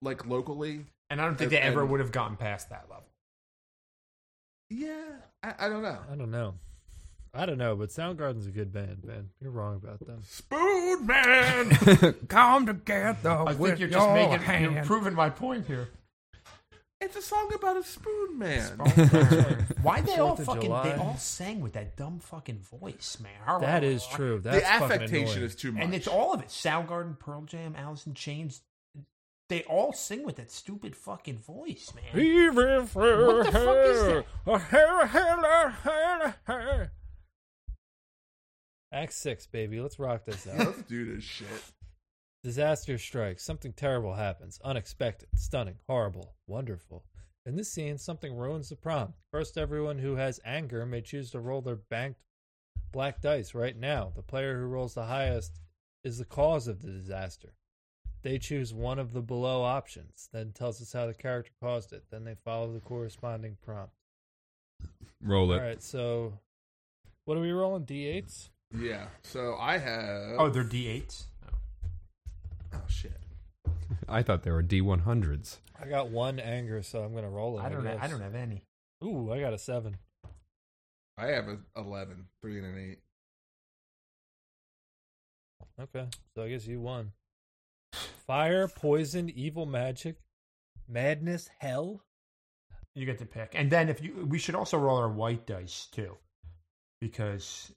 Like locally.
And I don't think they ever
And-
would have gotten past that level.
Yeah. I, I don't know.
I don't know. I don't know, but Soundgarden's a good band, man. You're wrong about them.
Spoon Man
Come together
I think
with
you're just
your
making you're
hand.
proving my point here.
It's a song about a spoon man.
Why they all
Fourth of
fucking
July.
they all sang with that dumb fucking voice, man.
That is true. That's
the
fucking
affectation
annoying.
is too much.
And it's all of it. Soundgarden, Pearl Jam, Alice in Chains. They all sing with that stupid fucking voice, man.
Even for
What the fuck is that?
Act six, baby. Let's rock this out.
Let's do this shit.
Disaster strikes. Something terrible happens. Unexpected, stunning, horrible, wonderful. In this scene, something ruins the prom. First, everyone who has anger may choose to roll their banked black dice right now. The player who rolls the highest is the cause of the disaster. They choose one of the below options, then tells us how the character caused it. Then they follow the corresponding prompt.
Roll
All
it.
right, so what are we rolling? D8s?
Yeah. So I have
Oh, they're D8s.
oh shit.
I thought there were D100s.
I got one anger, so I'm going to roll it.
I don't. Have, I
guess.
don't have any.
Ooh, I got a seven.
I have a 11, 3 and an 8.
Okay, so I guess you won. Fire, poison, evil magic, madness, hell.
You get to pick. And then if you, we should also roll our white dice too, because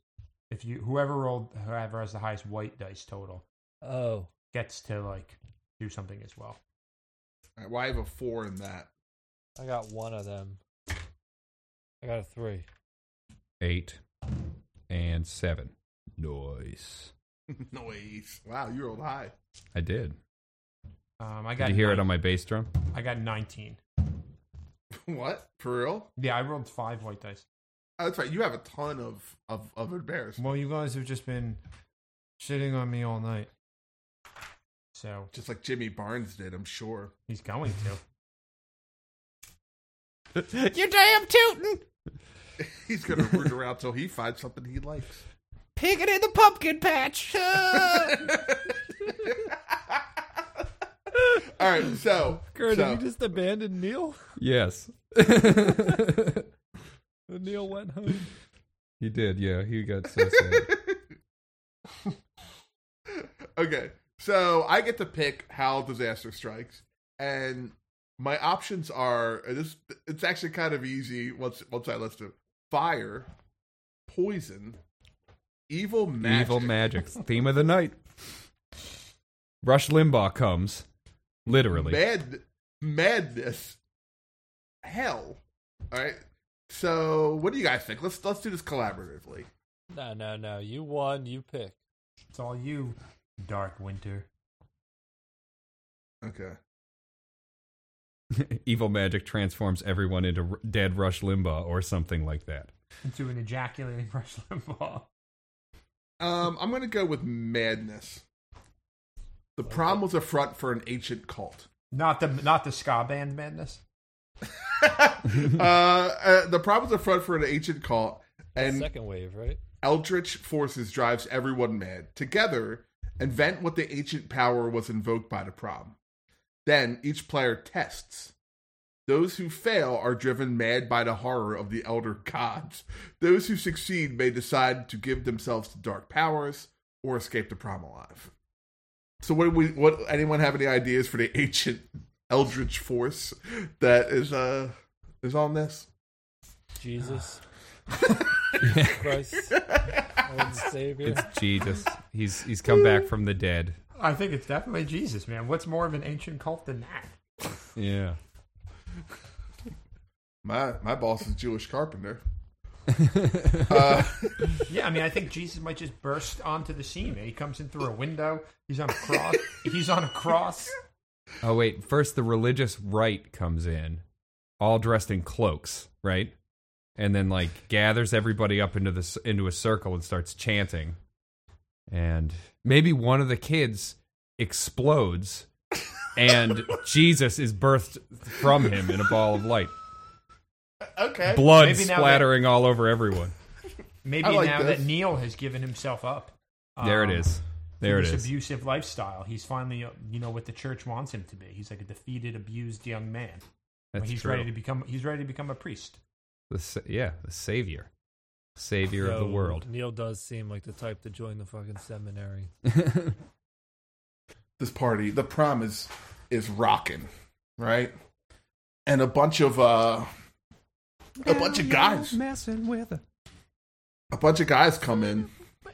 if you, whoever rolled, whoever has the highest white dice total
Oh,
gets to like do something as well.
All right, well, I have a 4 in that.
I got one of them. I got a three.
Eight and seven. Nice.
Noise. Wow, you rolled high.
I did.
Um, I got.
Did you hear it
nine-
on my bass drum?
I got 19.
what? For real?
Yeah, I rolled five white dice.
Oh, that's right. You have a ton of of of bears.
Well, you guys have just been shitting on me all night. So
Just like Jimmy Barnes did, I'm sure.
he's going to.
You damn tootin'!
He's gonna root around till he finds something he likes.
Picking in the pumpkin patch! Uh.
All right, so, so
just abandon Neil?
Yes.
Neil went home.
he did, yeah. He got so sad.
okay, so I get to pick how disaster strikes, and my options are and this. It's actually kind of easy once once I list them: fire, poison, evil magic,
Evil magic. Theme of the night. Rush Limbaugh comes. Literally.
Mad, madness, hell. All right. So, what do you guys think? Let's let's do this collaboratively.
No, no, no. You won. You pick.
It's all you, Dark Winter.
Okay.
Evil magic transforms everyone into r- dead Rush Limbaugh or something like that.
Into an ejaculating Rush Limbaugh.
Um, I'm gonna go with madness. The prom was a front for an ancient cult.
Not the not the ska band madness.
uh, uh, the prom was a front for an ancient cult, and
Second wave, right?
eldritch forces drives everyone mad. Together, invent what the ancient power was invoked by the prom. Then each player tests. Those who fail are driven mad by the horror of the elder gods. Those who succeed may decide to give themselves to dark powers or escape the prom alive. So, what do we? What anyone have any ideas for the ancient eldritch force that is uh is on this?
Jesus. Christ. Lord Savior.
It's Jesus. He's he's come back from the dead.
I think it's definitely Jesus, man. What's more of an ancient cult than that?
Yeah.
My my boss is Jewish carpenter.
Yeah, I mean, I think Jesus might just burst onto the scene. Man. He comes in through a window. He's on a cross. he's on a cross.
Oh wait, first the religious right comes in, all dressed in cloaks, right? And then like gathers everybody up into this into a circle and starts chanting. And maybe one of the kids explodes and Jesus is birthed from him in a ball of light.
Okay.
Blood
Maybe now that-
splattering all over everyone.
Maybe
I like
now
this.
that Neil has given himself up.
there it
um,
is.
to
There it
this
is.
abusive lifestyle. He's finally, uh, you know, what the church wants him to be. He's like a defeated, abused young man.
That's
he's
true.
ready to become. He's ready to become a priest.
The sa- yeah, the savior. Savior of the
Yo,
world.
Neil does seem like the type to join the fucking seminary.
this party, the prom is is rocking, right? And a bunch of uh a bunch of guys,
Messing with a
a bunch of guys come in.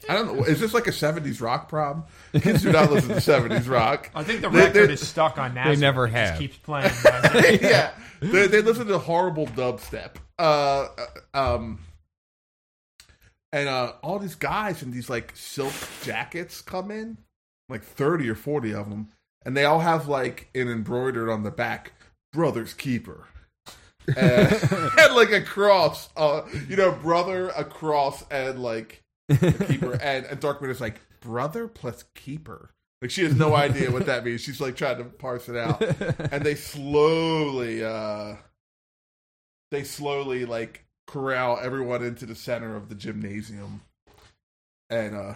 I don't know. Is this like a '70s rock prom? Kids do not listen to '70s rock.
I think the
They-
record
they-
is stuck on Nazareth.
never
It just
have.
keeps playing. guys.
yeah, they, they listen to horrible dubstep. Uh, um, and uh, all these guys in these like silk jackets come in, like thirty or forty of them, and they all have like an embroidered on the back "Brothers Keeper." and, and like a cross, uh, you know, brother, a cross, and like a keeper, and, and Darkman is like brother plus keeper. Like she has no idea what that means. She's like trying to parse it out, and they slowly, uh they slowly like corral everyone into the center of the gymnasium, and uh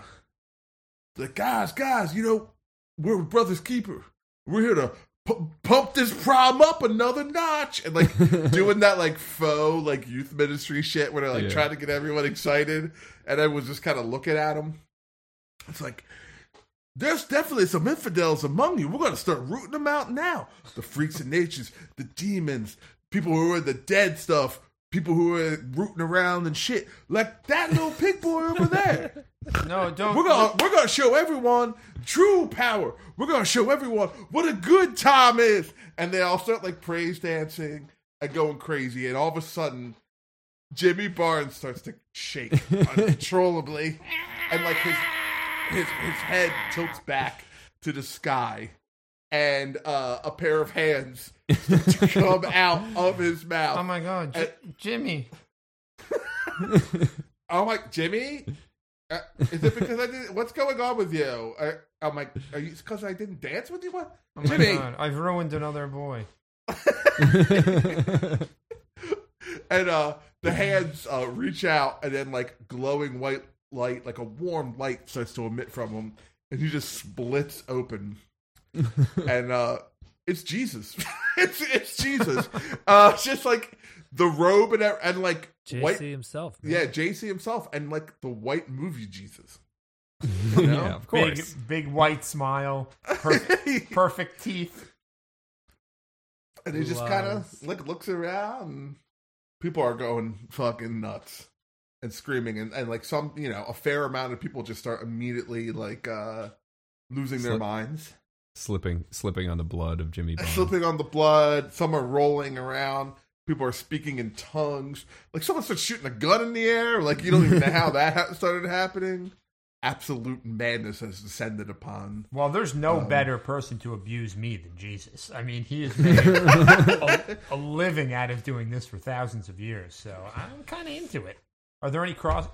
the guys, guys, you know, we're brothers keeper. We're here to pu- pump this prom up another notch, and like doing that like faux like youth ministry shit where they're like
Yeah.
trying to get everyone excited, and I was just kind of looking at them. It's like there's definitely some infidels among you. We're going to start rooting them out now. The freaks and natures, the demons, people who are the dead stuff, people who are rooting around and shit. Like that little pig boy over there.
no, don't.
We're going to we're going to show everyone true power. We're going to show everyone what a good time is. And they all start like praise dancing and going crazy. And all of a sudden, Jimmy Barnes starts to shake uncontrollably, and like his his his head tilts back to the sky, and uh, a pair of hands come out of his mouth.
Oh my God,
Uh,
J- Jimmy!
I'm like, Jimmy, uh, is it because I didn't? What's going on with you? I, I'm like, are you because I didn't dance with you? What,
Oh my
Jimmy?
God, I've ruined another boy.
and uh the hands uh reach out and then like glowing white light like a warm light starts to emit from him and he just splits open and uh it's jesus it's it's jesus uh it's just like the robe and ev- and like
JC
white
himself. man.
yeah jc himself and like the white movie jesus
yeah, of
Big,
course.
big white smile, perfect, perfect teeth.
and he just kind of
Lies.
like looks around and people are going fucking nuts and screaming and, and like some you know a fair amount of people just start immediately like uh losing their
Sli-
minds
slipping slipping on the blood of Jimmy Bond.
slipping on the blood. Some are rolling around. People are speaking in tongues. Like someone starts shooting a gun in the air. Like you don't even know how that ha- started happening. Absolute madness has descended upon.
Well, there's no
Um,
better person to abuse me than Jesus. I mean, he has made a, a living out of doing this for thousands of years, so I'm kind of into it. Are there any cross?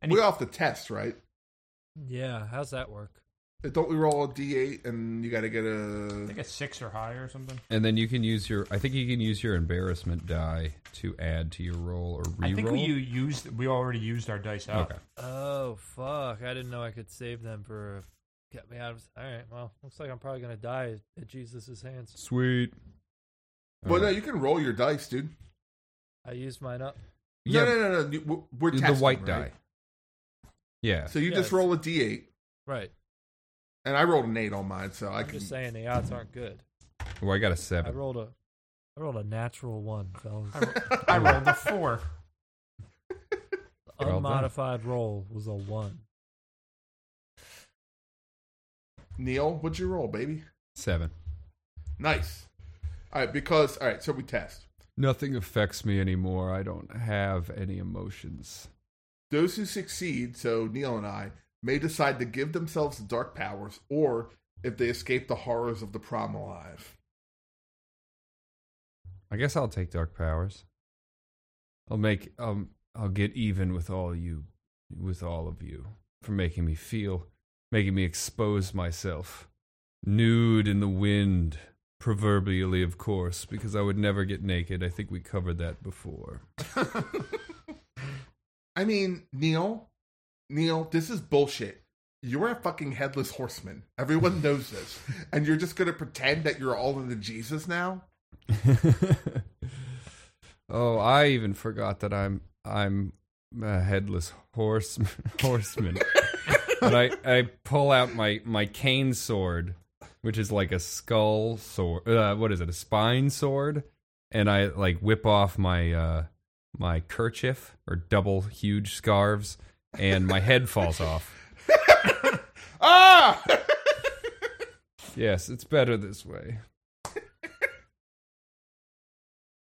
Any,
We off the test, right?
Yeah, how's that work?
Don't we roll a d8 and you got to get
I
a
think a six or higher or something.
And then you can use your. I think you can use your embarrassment die to add to your roll or reroll.
I think we u- used we already used our dice out.
okay.
Oh fuck! I didn't know I could save them for get me out of. All right, well, looks like I'm probably gonna die at Jesus' hands.
Sweet.
Well, no, you can roll your dice, dude.
I used mine up.
yeah,
No, no, no, no. you- we're- We're
the
testing,
white
right?
die. Yeah.
So you just
Yes.
roll a d8,
Right.
and I rolled an eight on mine, so I
I'm
can.
just saying the odds aren't good.
Well, I got a
I
seven.
rolled a, I rolled a natural one, fellas.
I rolled a four.
The
Well done.
unmodified roll was a one.
Neil, what'd you roll, baby?
Seven.
Nice. All right, because all right, so we test.
Nothing affects me anymore. I don't have any emotions.
Those who succeed, so Neil and I, may decide to give themselves the dark powers, or if they escape the horrors of the prom alive.
I guess I'll take dark powers. I'll make um I'll get even with all you with all of you for making me feel making me expose myself nude in the wind proverbially of course because I would never get naked. I think we covered that before.
I mean, Neil, Neil, this is bullshit. You're a fucking headless horseman. Everyone knows this, and you're just gonna pretend that you're all into Jesus now.
oh, I even forgot that I'm I'm a headless horse horseman. but I, I pull out my my cane sword, which is like a skull sword. Uh, what is it? A spine sword, and I like whip off my uh, my kerchief or double huge scarves, and my head falls off.
Ah!
Yes, it's better this way.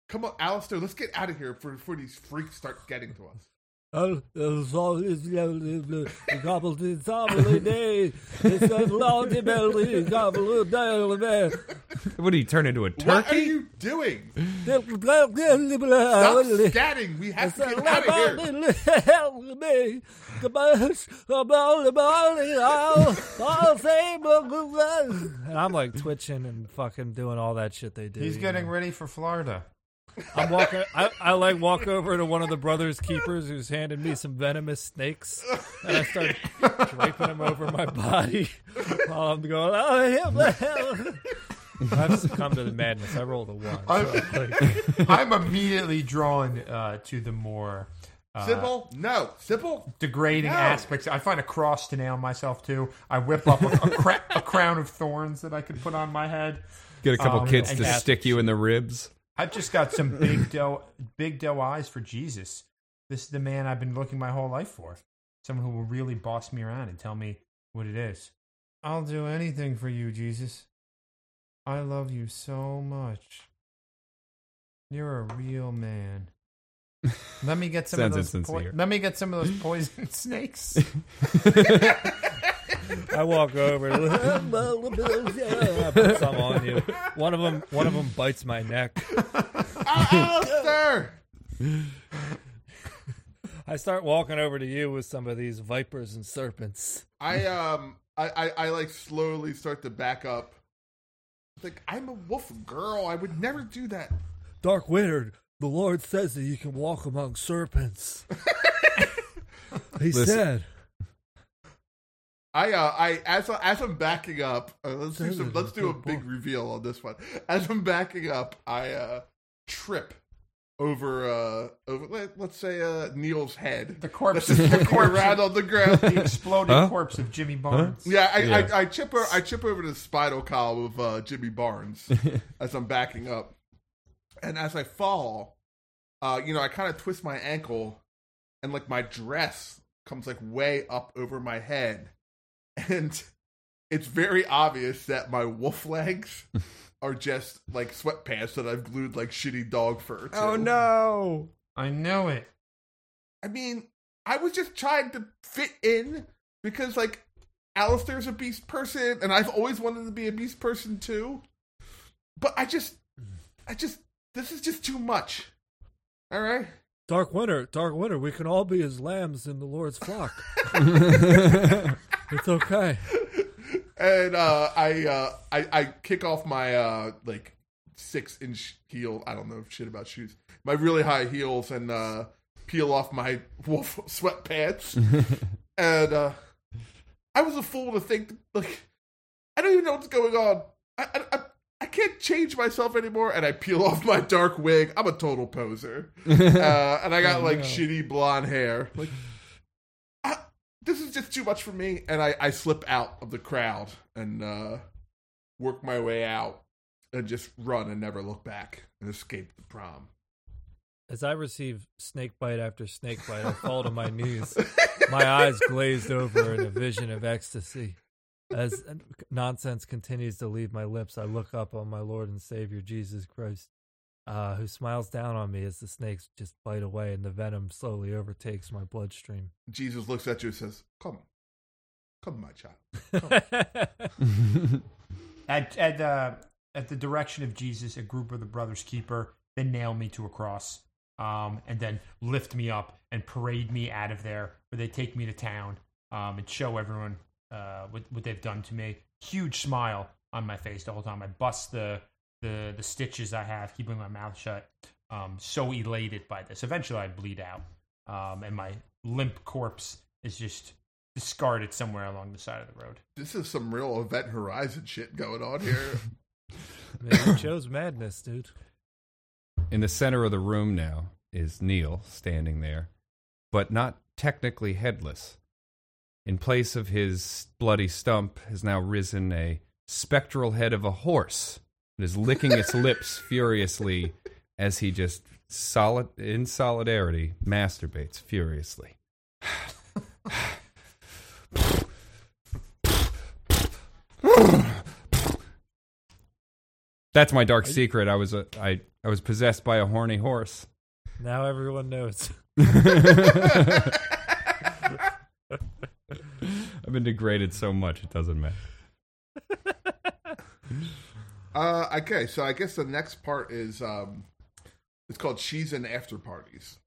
Come on, Alistair, let's get out of here before, before these freaks start getting to us.
Oh, Stop
What do you turn into a turkey?
What are you doing? Stop scatting. We have to get out of here.
Help me. I'll save And I'm like twitching and fucking doing all that shit they do.
He's
you
getting
know.
ready for Florida.
I'm walking. I, I like walk over to one of the brothers' keepers who's handed me some venomous snakes, and I start draping them over my body while I'm going. Oh, help, help." I've succumbed to the madness. I rolled a one. so, like,
I'm immediately drawn uh, to the more uh,
Sybil, no. Sybil,
degrading
No.
aspects. I find a cross to nail myself to. I whip up a, a, cra- a crown of thorns that I could put on my head.
Get a couple
Um,
kids
and
to
ask-
stick you in the ribs.
I've just got some big doe, big doe eyes for Jesus. This is the man I've been looking my whole life for. Someone who will really boss me around and tell me what it is. I'll do anything for you, Jesus. I love you so much. You're a real man. Let me get some of
Sounds
those.
insincere.
let me get some of those poison snakes.
I walk over. I put some on you. One of them. One of them bites my neck.
Ah, Alistair.
I start walking over to you with some of these vipers and serpents.
I um, I, I I like slowly start to back up. It's Like I'm a wolf girl. I would never do that.
Dark Wizard, the Lord says that you can walk among serpents. he said,
I uh, I as I, as I'm backing up, uh, let's do some. Let's do a big reveal on this one. As I'm backing up, I uh trip over uh over let, let's say uh Neil's head.
The
That's
corpse,
just
the
looking
corpse,
around on the ground.
the exploding
Huh?
corpse of Jimmy Barnes.
Yeah, I,
Yeah.
I, I chip over, I chip over to the spinal column of uh, Jimmy Barnes as I'm backing up, and as I fall, uh, you know, I kind of twist my ankle, and like my dress comes like way up over my head, and it's very obvious that my wolf legs are just like sweatpants that I've glued like shitty dog fur to.
Oh no.
I know it.
I mean, I was just trying to fit in because like Alistair's a beast person and I've always wanted to be a beast person too. But I just I just this is just too much. All right?
Dark Winter, Dark Winter, we can all be as lambs in the Lord's flock. it's okay.
And uh I uh I, I kick off my uh like six inch heel I don't know shit about shoes. My really high heels and uh peel off my wolf sweatpants. and uh I was a fool to think like I don't even know what's going on. I I, I, I can't change myself anymore, and I peel off my dark wig. I'm a total poser, uh, and I got
Oh,
like
no.
shitty blonde hair. Like, I, this is just too much for me, and I, I slip out of the crowd and uh, work my way out, and just run and never look back and escape the prom.
As I receive snake bite after snake bite, I fall to my knees. My eyes glazed over in a vision of ecstasy. As nonsense continues to leave my lips, I look up on my Lord and Savior Jesus Christ, uh, who smiles down on me as the snakes just bite away and the venom slowly overtakes my bloodstream.
Jesus looks at you and says, "Come, come, my child."
At at uh, at the direction of Jesus, a group of the brothers keeper then nail me to a cross, um, and then lift me up and parade me out of there, where they take me to town um, and show everyone uh, what what they've done to me. Huge smile on my face the whole time. I bust the the the stitches I have, keeping my mouth shut. Um, so elated by this. Eventually, I bleed out, um, and my limp corpse is just discarded somewhere along the side of the road.
This is some real Event Horizon shit going on here.
Man, you chose madness, dude.
In the center of the room now is Neil standing there, but not technically headless. In place of his bloody stump has now risen a spectral head of a horse that is licking its lips furiously as he just solid in solidarity masturbates furiously. That's my dark secret. I was a, I, I was possessed by a horny horse.
Now everyone knows.
I've been degraded so much it doesn't matter.
Uh, okay, so I guess the next part is um, it's called "She's in After Parties."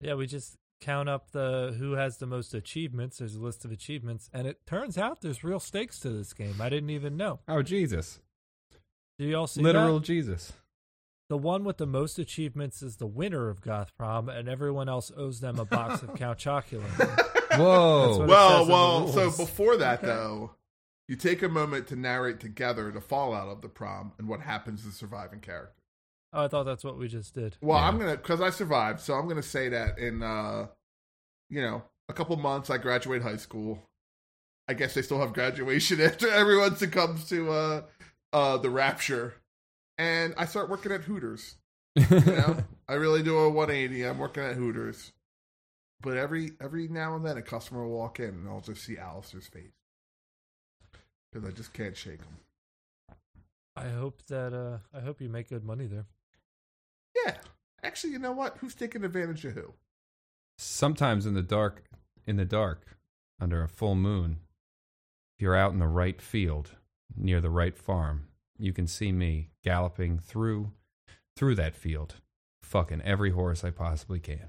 Yeah, we just count up the who has the most achievements. There's a list of achievements, and it turns out there's real stakes to this game. I didn't even know.
Oh Jesus.
Do you all see
Literal
that?
Jesus.
The one with the most achievements is the winner of Goth Prom, and everyone else owes them a box of Count Chocula.
Whoa.
That's what it
Well,
says in
well.
the
So
rules.
before that, though, you take a moment to narrate together the fallout of the prom and what happens to surviving characters.
oh, I thought that's what we just did.
Well,
Yeah.
I'm gonna because I survived, so I'm gonna say that in uh, you know a couple months I graduate high school. I guess they still have graduation after everyone succumbs to uh, uh, the rapture, and I start working at Hooters. You know, I really do a 180. I'm working at Hooters, but every every now and then a customer will walk in and I'll just see Alistair's face because I just can't shake him.
I hope that uh, I hope you make good money there.
Yeah, actually, you know what? Who's taking advantage of who?
Sometimes in the dark in the dark, under a full moon, if you're out in the right field, near the right farm, you can see me galloping through through that field, fucking every horse I possibly can.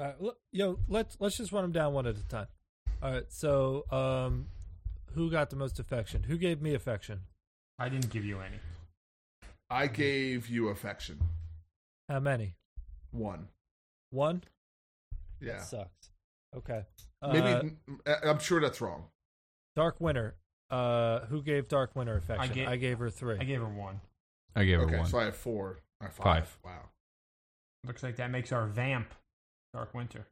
All right, l- yo, let's let's just run them down one at a time. All right, so um, who got the most affection? Who gave me affection?
I didn't give you any.
I gave you affection.
How many?
One.
One.
Yeah.
Sucks. Okay.
Maybe
Uh,
I- I'm sure that's wrong.
Dark Winter. Uh, who gave Dark Winter affection? I
gave-
gave, her three.
I gave her one.
I gave her
Okay,
one.
so I have four. I have five.
Five.
Wow.
Looks like that makes our vamp Dark Winter.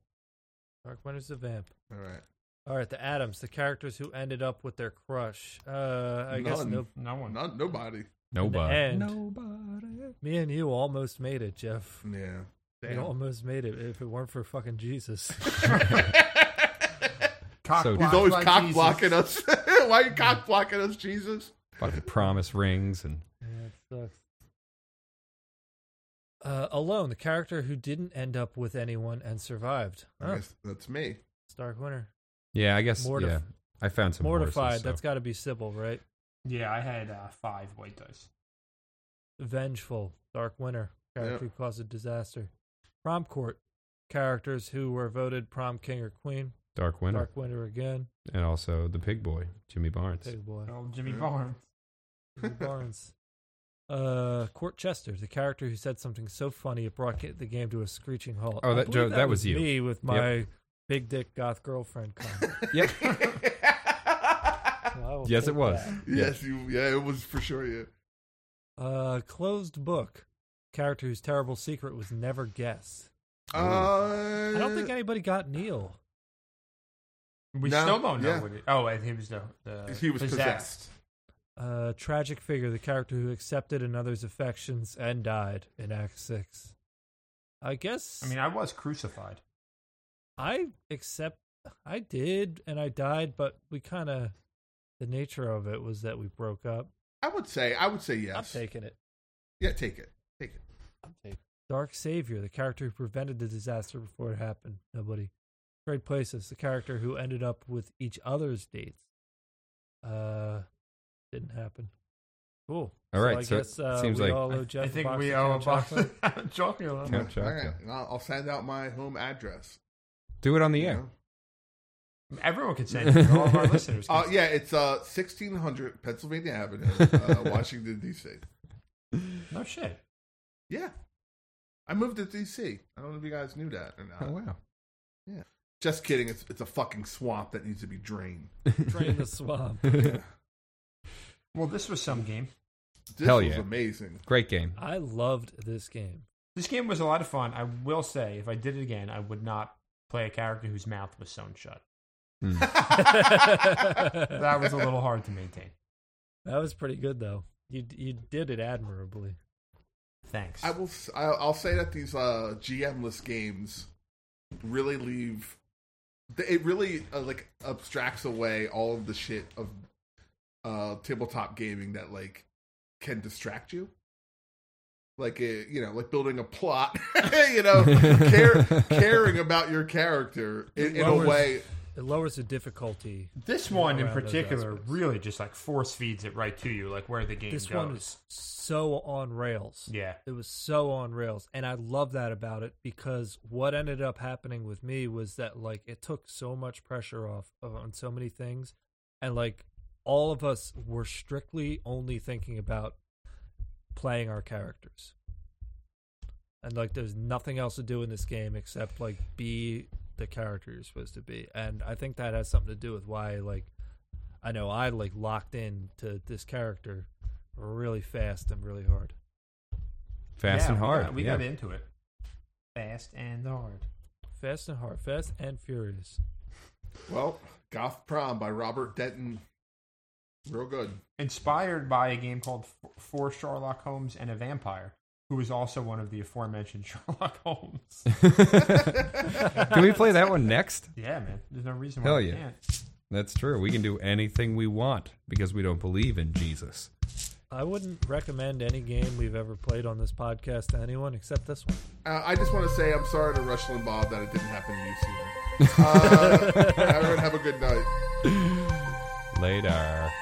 Dark Winter's the vamp.
All right.
All right, the Adams, the characters who ended up with their crush. Uh, I guess
None.
no.
No one.
Not nobody.
Nobody.
end.
Nobody.
Me and you almost made it, Jeff.
Yeah.
We almost made it if it weren't for fucking Jesus.
Damn.
Cock
So-
blocked
He's always
by
cock
Jesus.
blocking us Why are you cock blocking us, Jesus?
Fucking promise rings and
Yeah, it sucks. Uh, alone, the character who didn't end up with anyone and survived.
I
Huh,
guess that's me.
Stark winner.
yeah, I guess
Mortif-
yeah. I found some
Mortified.
Horses, so.
That's got to be Sybil, right?
Yeah, I had uh, five white dice.
Vengeful. Dark winner. Character
Yeah.
who caused a disaster. Prom court. Characters who were voted prom king or queen.
Dark Winter
Dark winner again.
and also the Pig Boy, Jimmy Barnes.
Pig boy.
Oh, Jimmy Barnes.
Jimmy Barnes. Uh, Court Chester, the character who said something so funny it brought the game to a screeching halt.
Oh,
I
that-
believe
Joe, that was you.
Me with my big dick goth girlfriend. Comment.
Yep.
So I will
yes, it
take
was.
that.
yes, you. Yeah, it was for sure you.
Uh, closed book, character whose terrible secret was never guessed.
Uh,
I don't think anybody got Neil.
We
No,
still don't know
yeah.
what it. Oh, and he was the, the
He was possessed.
Uh, tragic figure, the character who accepted another's affections and died in Act Six. I guess.
I mean, I was crucified.
I accept I did and I died, but we kind of the nature of it was that we broke up.
I would say. I would say
I'm
yes.
taking it.
yeah, take it. Take it.
I'm taking Dark Savior, the character who prevented the disaster before it happened. Nobody. Great Places, the character who ended up with each other's dates. Uh, didn't happen. Cool.
All right,
I
so it
guess uh,
seems
we
like-
all
I,
owe
I
Jeff a
think
box
we
of
owe a
canned
box
chocolate.
of chocolate. on
Yeah.
that.
Count chocolate.
and I'll, I'll send out my home address.
Do it on the
you
air.
know?
Everyone can send it. All of our listeners.
Uh,
Can
yeah, it's uh, 1600 Pennsylvania Avenue, uh, Washington D.C.
No shit.
Yeah, I moved to D.C. I don't know if you guys knew that or not.
Oh wow.
Just kidding. It's it's a fucking swamp that needs to be drained.
Drain the swamp.
Well, this was some game.
This
Hell
was
yeah.
amazing.
Great game.
I loved this game.
This game was a lot of fun. I will say, if I did it again, I would not play a character whose mouth was sewn shut. That was a little hard to maintain.
That was pretty good though. You you did it admirably.
Thanks.
I will. s- I- I'll say that these uh, GM-less games really leave. th- It really uh, like abstracts away all of the shit of uh, tabletop gaming that like can distract you. Like it, you know, like building a plot, you know, care, caring about your character in, in a
Lowers-
way.
It lowers the difficulty.
this one in
Around those
particular
aspects.
really just like force feeds it right to you, like where the game
This
goes.
one was so on rails.
yeah.
It was so on rails. And I love that about it because what ended up happening with me was that like it took so much pressure off of, on so many things. And like all of us were strictly only thinking about playing our characters. And like there's nothing else to do in this game except like be the character you're supposed to be. And I think that has something to do with why like I know I like locked in to this character really fast and really hard.
Fast
Yeah,
and hard.
We, got, we
yeah.
got into it. Fast and hard.
Fast and Hard, Fast and Furious.
Well, Goth Prom by Robert Denton, real good.
Inspired by a game called F- Four Sherlock Holmes and a Vampire, who is also one of the aforementioned Sherlock Holmes.
Can we play that one next?
yeah, man. There's no reason why
Hell
we
yeah.
can't.
That's true. We can do anything we want because we don't believe in Jesus.
I wouldn't recommend any game we've ever played on this podcast to anyone except this one.
Uh, I just want to say I'm sorry to Rush Limbaugh that it didn't happen to you sooner. Uh, everyone have a good night.
Later.